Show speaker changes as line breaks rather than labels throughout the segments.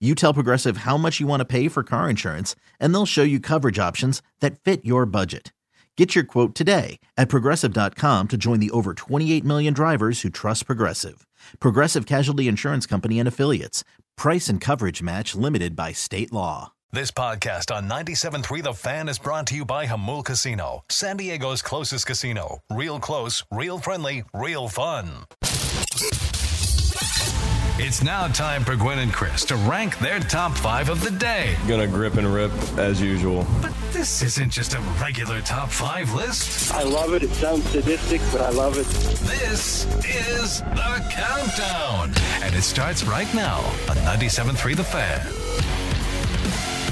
You tell Progressive how much you want to pay for car insurance, and they'll show you coverage options that fit your budget. Get your quote today at progressive.com to join the over 28 million drivers who trust Progressive. Progressive Casualty Insurance Company and Affiliates. Price and coverage match limited by state law.
This podcast on 97.3 The Fan is brought to you by Hamul Casino, San Diego's closest casino. Real close, real friendly, real fun. It's now time for Gwen and Chris to rank their top five of the day.
Gonna grip and rip as usual.
But this isn't just a regular top five list.
I love it. It sounds sadistic, but I love it.
This is the countdown. And it starts right now on 97.3 The Fan.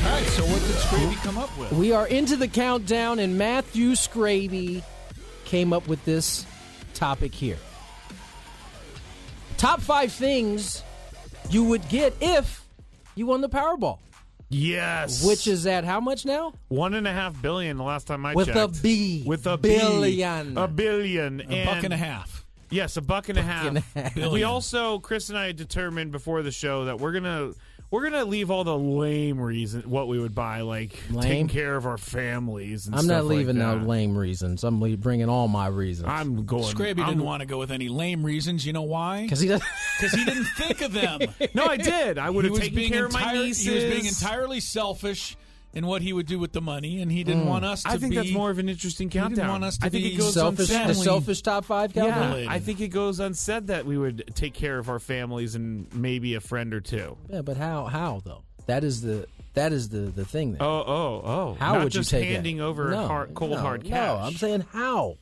All right, so what did Scraby come up with?
We are into the countdown, and Matthew Scraby came up with this topic here. Top five things you would get if you won the Powerball,
Yes.
which is at how much now?
One and a half billion the last time I
With a
checked.
B.
With a B.
Billion.
A billion.
a buck and a half.
Yes, a buck and a half.
and a half.
We also, Chris and I determined before the show that we're gonna we're gonna leave all the lame reason what we would buy, like
Lame?
taking care of our families. And
I'm not
stuff
leaving
like
no
that. Ah,
lame reasons. I'm le- bringing all my reasons.
I'm going.
Scraby
I'm-
didn't want to go with any lame reasons. You know why?
Because he doesn't.
Because he didn't think of them.
No, I did. I would
he
have
was
taken
being
care of my
entire-
nieces.
He was being entirely selfish in what he would do with the money, and he didn't want us to
Mm. I think
be.
that's more of an interesting
didn't
countdown.
want us to
I think
be
it goes
selfish.
unsaid.
The selfish top five
Yeah,
countdown.
Calculated.
I think it goes unsaid that we would take care of our families and maybe a friend or two.
Yeah. but how? How though? That is the that is the the thing. There.
Oh, oh, oh!
how
Not
would
just
you take
handing
it?
over
no,
hard, cold
no,
hard cash?
No, I'm saying how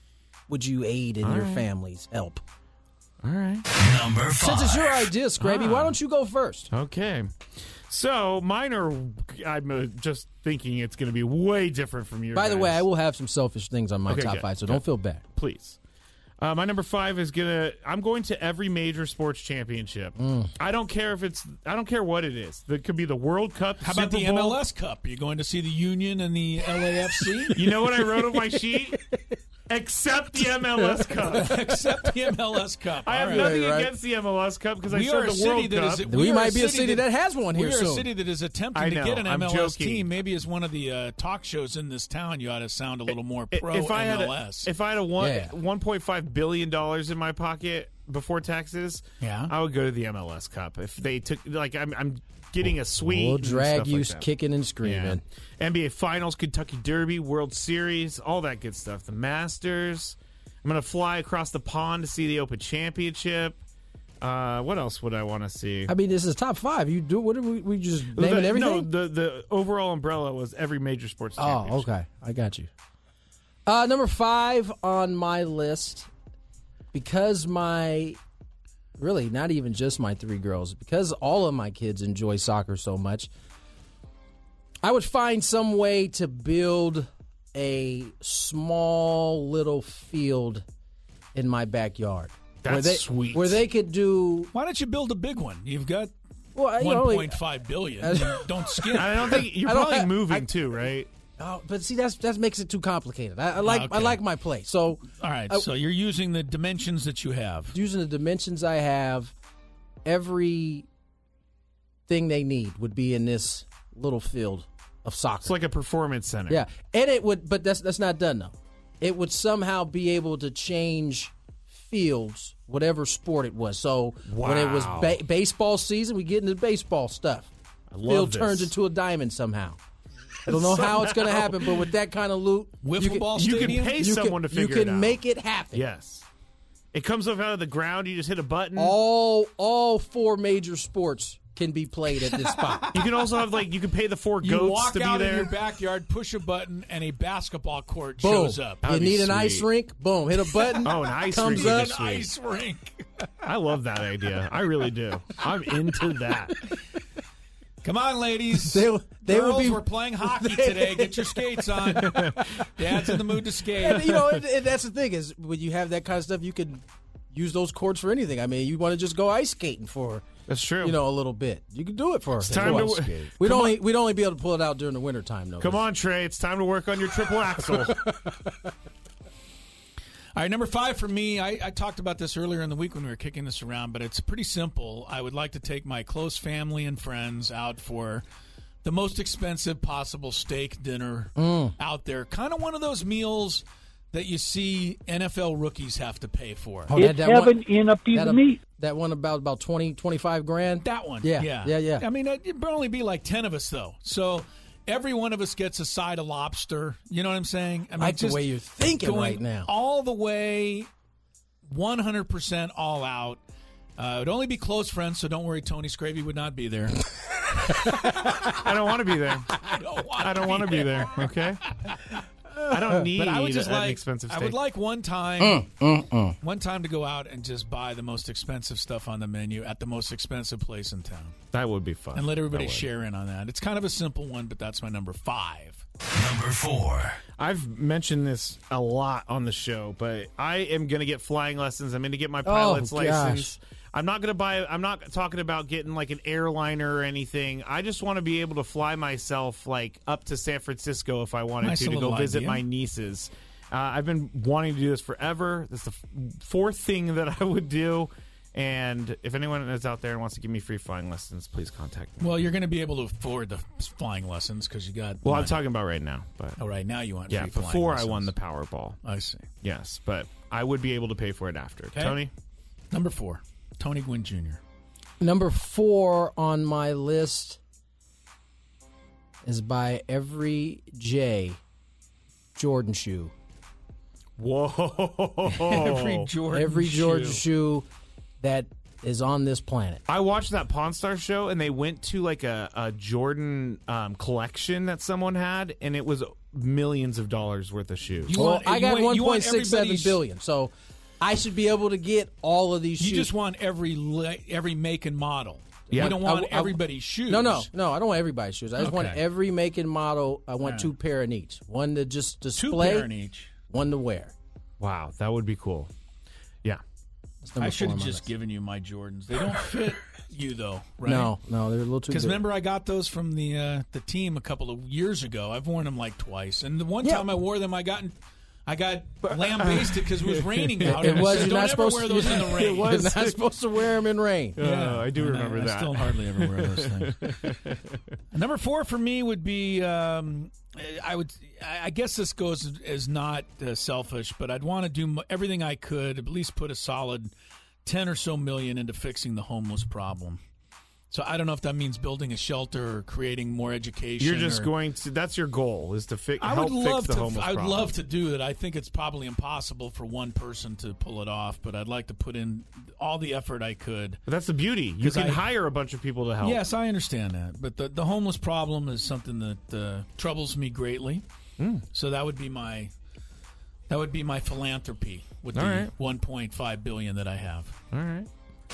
would you aid in your family's help?
All right.
Number five.
Since it's your idea, Scrappy, why don't you go first?
Okay. So mine are. I'm uh, just thinking it's going to be way different from yours.
By the way, I will have some selfish things on my
Okay,
top
good,
five, so
good.
don't feel bad.
please. Uh, my number five is gonna. I'm going to every major sports championship.
Mm.
I don't care if it's. I don't care what it is. That could be the World Cup.
How about the
Super Bowl.
MLS Cup? You're going to see the Union and the LAFC?
You know what I wrote on my sheet? Except the MLS Cup.
Except the MLS Cup.
I
All
have
right.
nothing against the MLS Cup because I
We are
said
a
the World
city that
Cup.
is.
We might be a city that has one here
We are a
soon.
city that is attempting
I
to
know,
get an
I'm
MLS
joking.
team. Maybe as one of the uh, talk shows in this town, you ought to sound a little more pro
if I had a,
MLS.
if I had a one
Yeah.
one point five billion dollars in my pocket before taxes,
Yeah.
I would go to the MLS Cup if they took like I'm I'm getting a suite.
We'll
and
drag
stuff
you
like that.
kicking and screaming.
Yeah. NBA Finals, Kentucky Derby, World Series, all that good stuff. The Masters. I'm gonna fly across the pond to see the Open Championship. Uh, what else would I want to see?
I mean, this is top five. You do what are we, we just
The-
naming everything?
No, the the overall umbrella was every major sports.
oh,
championship.
okay, I got you. Uh, number five on my list because my really not even just my three girls because all of my kids enjoy soccer so much. I would find some way to build a small little field in my backyard. where
That's
they,
sweet.
Where they could do
Why don't you build a big one? You've got
well, you know, like-
1.5 billion. Don't skip.
I don't think you're
I don't-
probably
I-
moving
I-
too, right?
Oh, but see, that's that makes it too complicated. I, I like I
Okay.
like my play. So
All right,
I-
so you're using the dimensions that you have.
using the dimensions I have, every thing they need would be in this little field of soccer.
It's like a performance center.
yeah, and it would, but that's that's not done though. It would somehow be able to change fields, whatever sport it was. So when it was
Wow.
ba- baseball season, we get into baseball stuff.
I love
Field
this.
turns into a diamond somehow. I don't know how it's going to happen, but with that kind of loot,
Wiffle
you can-
ball
you can
stadium?
pay
you
someone
can,
to figure
you can
it out.
make it happen.
Yes. Mm. It comes up out of the ground. You just hit a button.
All all four major sports can be played at this spot.
You can also have like you can pay the four
You
goats
walk
to be
out in your
there.
backyard, push a button, and a basketball court
Boom.
shows up.
you
That'd be
need an ice
sweet.
rink. Boom. Hit a button.
Oh, an ice
Comes
rink would be
up.
An
sweet.
ice rink.
I love that idea. I really do. I'm into that.
Come on, ladies.
They- they would
Girls,
be-
we're playing hockey today. Get your skates on. Dad's in the mood to skate.
and, you know, and, and that's the thing is when you have that kind of stuff, you can use those cords for anything. I mean, you want to just go ice skating for
That's true.
you know a little bit. You can do it for it's
time to wo-
We'd only we'd only be able to pull it out during the winter time though.
Come on, Trey. It's time to work on your triple axel.
All right, number five for me. I, I talked about this earlier in the week when we were kicking this around, but it's pretty simple. I would like to take my close family and friends out for the most expensive possible steak dinner
Mm.
out there. Kind of one of those meals that you see NFL rookies have to pay for.
Oh,
It's heaven in a piece
that, uh,
of meat.
that one about about 20, 25 grand.
That one.
Yeah,
Yeah.
yeah, yeah.
I mean, it- it'd only be like 10 of us, though. So every one of us gets a side of lobster. You know what I'm saying? I mean,
like the way you're thinking
going
right now.
All the way, 100% all out. Uh, it would only be close friends, so don't worry. Tony Scravy would not be there.
I don't want to be there.
I don't want.
I don't want to be there. Okay. I don't need
But I would just
an
like.
expensive
I
steak.
would like one time,
Mm,
one time to go out and just buy the most expensive stuff on the menu at the most expensive place in town,
that would be fun.
and let everybody
That would.
share in on that. It's kind of a simple one, but that's my number five.
Number four.
I've mentioned this a lot on the show, but I am going to get flying lessons. I'm going to get
Oh,
my pilot's
gosh.
license. I'm not going to buy. I'm not talking about getting like an airliner or anything. I just want to be able to fly myself like up to San Francisco if I wanted
Nice
to to
little
go visit
idea.
my nieces. Uh, I've been wanting to do this forever. That's the f- fourth thing that I would do. And if anyone is out there and wants to give me free flying lessons, please contact me.
Well, you're going to be able to afford the flying lessons because you got.
Well, I'm
money.
talking about right now, but
Oh, right now you want.
yeah,
free flying
before I
lessons.
won the Powerball.
I see.
Yes, but I would be able to pay for it after. Tony,
Number four, Tony Gwynn Jr.
Number four on my list is by every J Jordan shoe.
whoa!
Every Jordan.
Oh. every Jordan
shoe.
shoe that is on this planet.
I watched that Pawn Star show, and they went to like a, a Jordan um, collection that someone had, and it was millions of dollars worth of shoes.
You
Well,
want-
I got
you want-
one
you want
point six seven
everybody's-
billion, so I should be able to get all of these
You
shoes.
just want every le- every make and model.
Yeah.
You don't
I-
want
I-
everybody's shoes.
no, no, no. I don't want everybody's shoes. I just want
Okay.
every make and model. I want
Yeah.
two pair in each. One to just
Two
display,
pair in each.
one to wear.
wow, that would be cool. Yeah,
That's number
I
four
should have
on my
just
list.
given you my Jordans. They don't fit you though, right?
No, no, they're a little too.
Because
big.
remember, I got those from the uh, the team a couple of years ago. I've worn them like twice, and the one
Yeah. uh,
time I wore them, I got in- I got lambasted because it was raining out.
it
and I
was
said,
you're
don't
not
ever
supposed
wear
to.
those in the rain.
You're not supposed to wear them in rain.
Uh, I do
And
remember
I
that.
still hardly ever wear those things. Number four for me would be um, I would I I guess this goes as not uh, selfish, but I'd want to do mo- everything I could at least put a solid ten or so million into fixing the homeless problem. So I don't know if that means building a shelter or creating more education.
You're just
or-
going to. That's your goal is to fi-
I
help
would love
fix the
to.
homeless
I would
problem.
love to do it. I think it's probably impossible for one person to pull it off, but I'd like to put in all the effort I could.
But that's the beauty. You
'Cause
can
I-
hire a bunch of people to help.
Yes, I understand that, but the the homeless problem is something that uh, troubles me greatly.
Hmm.
So that would be my that would be my philanthropy with
All
the
right.
1.5 billion that I have.
All right.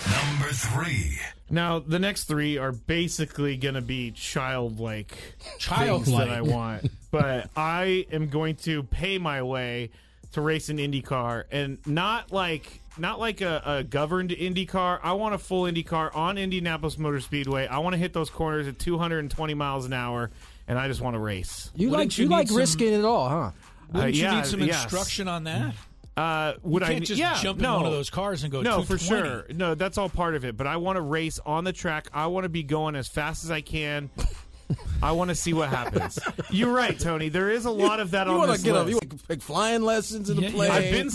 Number three.
Now the next three are basically going to be childlike. things
Childlike.
that I want. but I am going to pay my way to race an IndyCar and not like not like a, a governed IndyCar. I want a full IndyCar on Indianapolis Motor Speedway. I want to hit those corners at 220 miles an hour, and I just want to race.
You
Wouldn't
like
you
you
need
like
some-
risking it all, huh?
Uh,
Wouldn't you
yeah,
need some
yes.
instruction on that?
Uh, would
You
I?
can't just
yeah,
jump
no.
in one of those cars and go.
No, for
220.
sure. No, that's all part of it. But I want to race on the track. I want to be going as fast as I can. I want to see what happens. You're right, Tony. There is a lot of that
You
on
want
this
to get
list.
up? You want to take flying lessons in
Yeah,
the
yeah.
plane?
I've been
You have a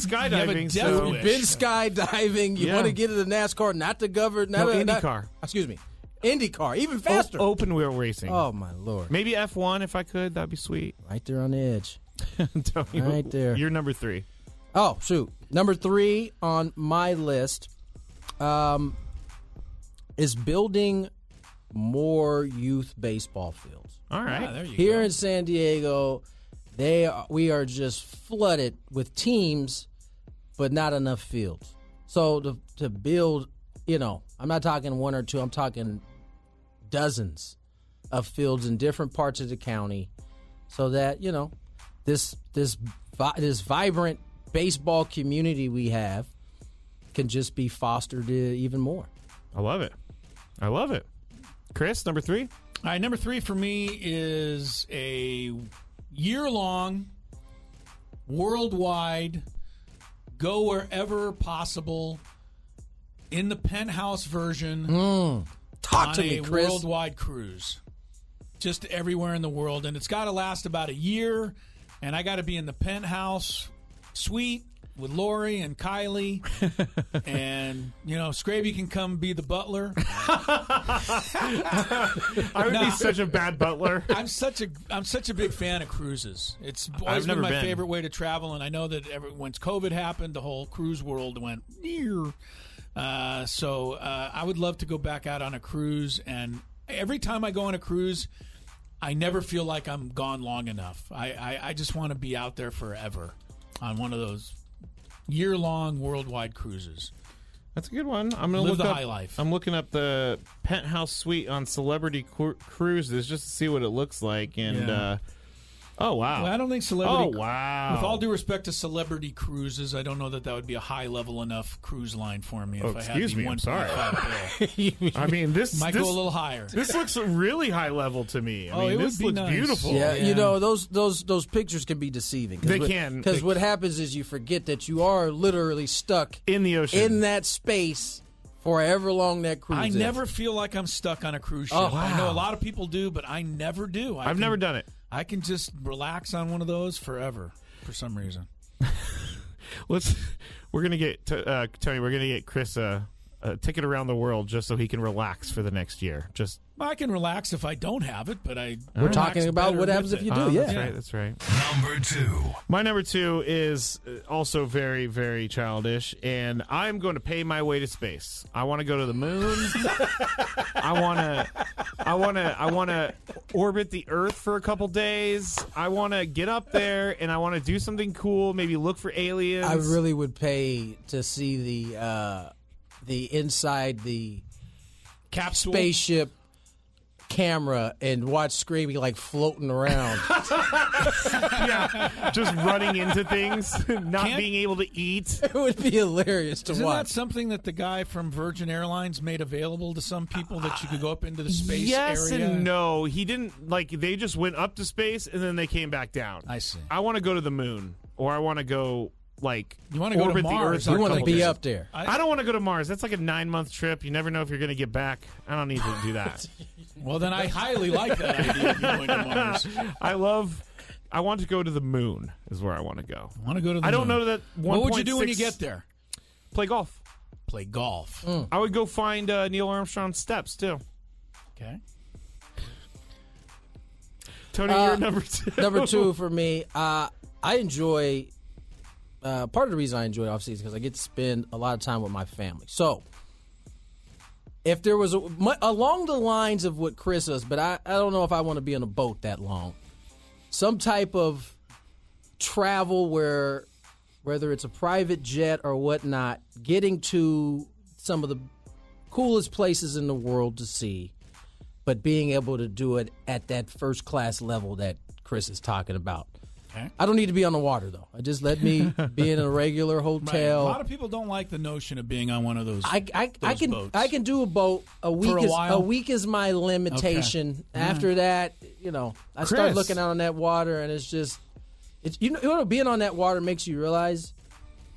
skydiving,
death
so
wish.
been skydiving. You
Yeah.
want to get into NASCAR, not the governor, not
No,
a- not-
IndyCar.
excuse me, IndyCar, even
O-
faster.
open wheel racing.
Oh my lord!
Maybe F1 if I could. That'd be sweet.
Right there on the edge.
Tony,
Right there.
You're number three.
Oh shoot! Number three on my list um, is building more youth baseball fields.
All right.
Ah, there you
Here
go.
in San Diego, they are, we are just flooded with teams, but not enough fields. So to to build, you know, I'm not talking one or two. I'm talking dozens of fields in different parts of the county, so that you know this this vi- this vibrant baseball community we have can just be fostered uh, even more.
I love it. I love it. Chris, number three.
All right, number three for me is a year long, worldwide, go wherever possible, in the penthouse version
Mm. Talk
on
to
a
me, Chris.
worldwide cruise, just everywhere in the world, and it's got to last about a year. And I got to be in the penthouse suite with Lori and Kylie, and you know, Scraby can come be the butler.
I would
Nah.
be such a bad butler.
I'm such a I'm such a big fan of cruises. It's
I've
always been
never
my
been.
favorite way to travel, and I know that ever, once COVID happened, the whole cruise world went. "Eer." Uh, so uh, I would love to go back out on a cruise, and every time I go on a cruise, I never feel like I'm gone long enough. I I, I just want to be out there forever on one of those year long worldwide cruises.
That's a good one. I'm gonna
Live
look
the
up,
high life.
I'm looking up the penthouse suite on Celebrity Cru- Cruises just to see what it looks like. And
Yeah.
uh, oh wow,
Well, I don't think celebrity.
Oh, wow.
With all due respect to celebrity cruises, I don't know that that would be a high level enough cruise line for me. If
Oh,
I had
excuse
the
me, I'm
1.5 bill.
I mean this
might
this,
go a little higher.
this looks really high level to me. I
Oh,
mean,
it would
this
be
looks
nice.
beautiful.
Yeah,
Yeah.
you know those those those pictures can be deceiving.
They can.
because
They-
what happens is you forget that you are literally stuck
In the ocean.
in that space for however long that cruise.
I
is.
never feel like I'm stuck on a cruise ship.
Oh,
I know
wow.
a lot of people do, but I never do. I
I've
can-
never done it.
I can just relax on one of those forever for some reason.
Let's. We're gonna get t- uh, Tony. We're gonna get Chris a, a ticket around the world just so he can relax for the next year. Just
I can relax if I don't have it, but I.
We're talking about what happens if you do.
Ah,
Oh, yeah,
that's right. That's right.
Number two.
My number two is uh, also very, very childish, and I'm going to pay my way to space. I want to go to the moon. I want to, I want to, I want to orbit the Earth for a couple days. I want to get up there, and I want to do something cool. Maybe look for aliens.
I really would pay to see the uh, the inside the
Capsule.
spaceship camera and watch Screamy like floating around.
yeah, just running into things, not
Can't-
being able to eat.
it would be hilarious to
Isn't that
watch.
something that the guy from Virgin Airlines made available to some people that you could go up into the space
yes
area?
and no. He didn't like. They just went up to space and then they came back down.
I see.
I want to go to the moon, or I want to go like
You wanna
want
go to
orbit the Earth.
Mars,
for
I
You
a
want to
couple
be
days.
up there?
I don't want to go to Mars. That's like a nine month trip. You never know if you're going to get back. I don't need to do that.
Well, then I highly like that idea of you going to Mars.
I love. I want to go to the moon. Is where I want to go.
want to go to the
I don't
moon.
know that. 1.
What would you do when you get there?
Play golf.
Play golf.
Mm.
I would go find uh, Neil Armstrong's steps too.
Okay.
Tony,
Uh,
you're number two.
Number two for me, uh, I enjoy. Uh, part of the reason I enjoy off season because I get to spend a lot of time with my family. So, if there was a, mu along the lines of what Chris is, but I, I don't know if I want to be on a boat that long. Some type of travel where, whether it's a private jet or whatnot, getting to some of the coolest places in the world to see but being able to do it at that first class level that Chris is talking about.
Okay.
I don't need to be on the water though. I just let me be in a regular
Right. A
hotel.
lot of people don't like the notion of being on one of those.
I, I, I
Those
can
boats.
I can do a boat a week
a
is
while?
week is my limitation. After that, you know, I start
Chris.
looking out on that water and it's just it's you know, you know being on that water makes you realize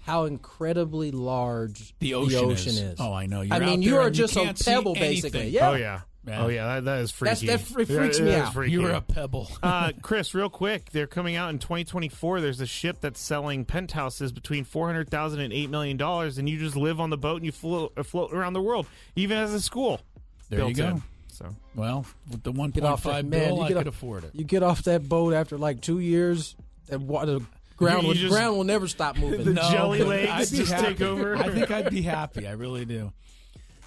how incredibly large
The ocean is.
is.
Oh, I know. You're
I mean,
out
you
there
are
and you
just
can't
a
see
pebble
anything.
basically.
Yeah.
Yeah.
Oh yeah. Oh yeah. That, that is freaky.
that fr-
Yeah,
freaks me
that is
out.
freaky.
You're a pebble.
uh, Chris, real quick, they're coming out in 2024. There's a ship that's selling penthouses between 400,000 and 8 million dollars, and you just live on the boat and you float, uh, float around the world, even as a school.
There you
built
go.
in. So
well, with the
get off that man.
1.5 bill,
You
I
get
could
off-
afford it.
You get off that boat after like two years. That water, the ground,
You- you
will,
just-
ground will never stop moving.
The- jelly
but
legs
I'd be
just
happy.
take over.
I think I'd be happy. I really do.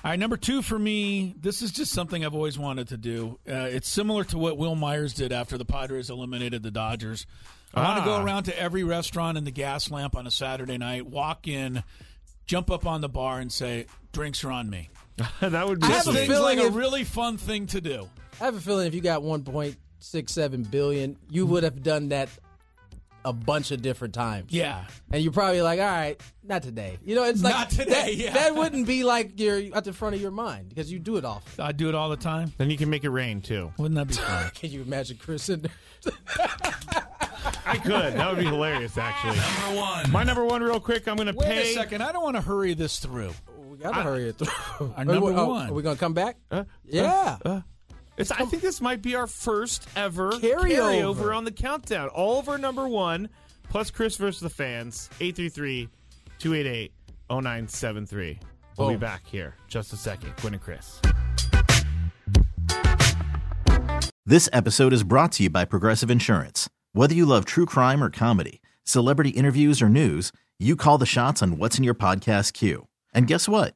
All right, number two for me, this is just something I've always wanted to do. Uh, it's similar to what Will Myers did after the Padres eliminated the Dodgers. I want to go
Ah.
around to every restaurant in the gas lamp on a Saturday night, walk in, jump up on the bar, and say, Drinks are on me.
that would be.
I
have
have
a
sweet.
feeling-
like a
if-
really fun thing to do.
I have a feeling if you got 1.67 billion, you would have done that a bunch of different times.
Yeah.
And you're probably like, all right, not today. You know, it's like
Not today,
That,
yeah.
that wouldn't be like you're at the front of your mind because you do it often.
I do it all the time.
Then you can make it rain too.
Wouldn't that be fun?
Can you imagine Chris in there?
I could. That would be hilarious, actually.
Number one.
My number one, real quick. I'm gonna
Wait
pay.
a second. I don't want to hurry this through.
We gotta hurry it through.
Our number
Oh,
one.
Are we gonna come back?
Uh,
yeah.
uh, uh. It's, I think this might be our first ever
Carryover.
carryover on the countdown. All of our number one, plus Chris versus the fans, 833 288 0973. We'll be
Boom.
back here just a second. Gwen and Chris.
This episode is brought to you by Progressive Insurance. Whether you love true crime or comedy, celebrity interviews or news, you call the shots on what's in your podcast queue. And guess what?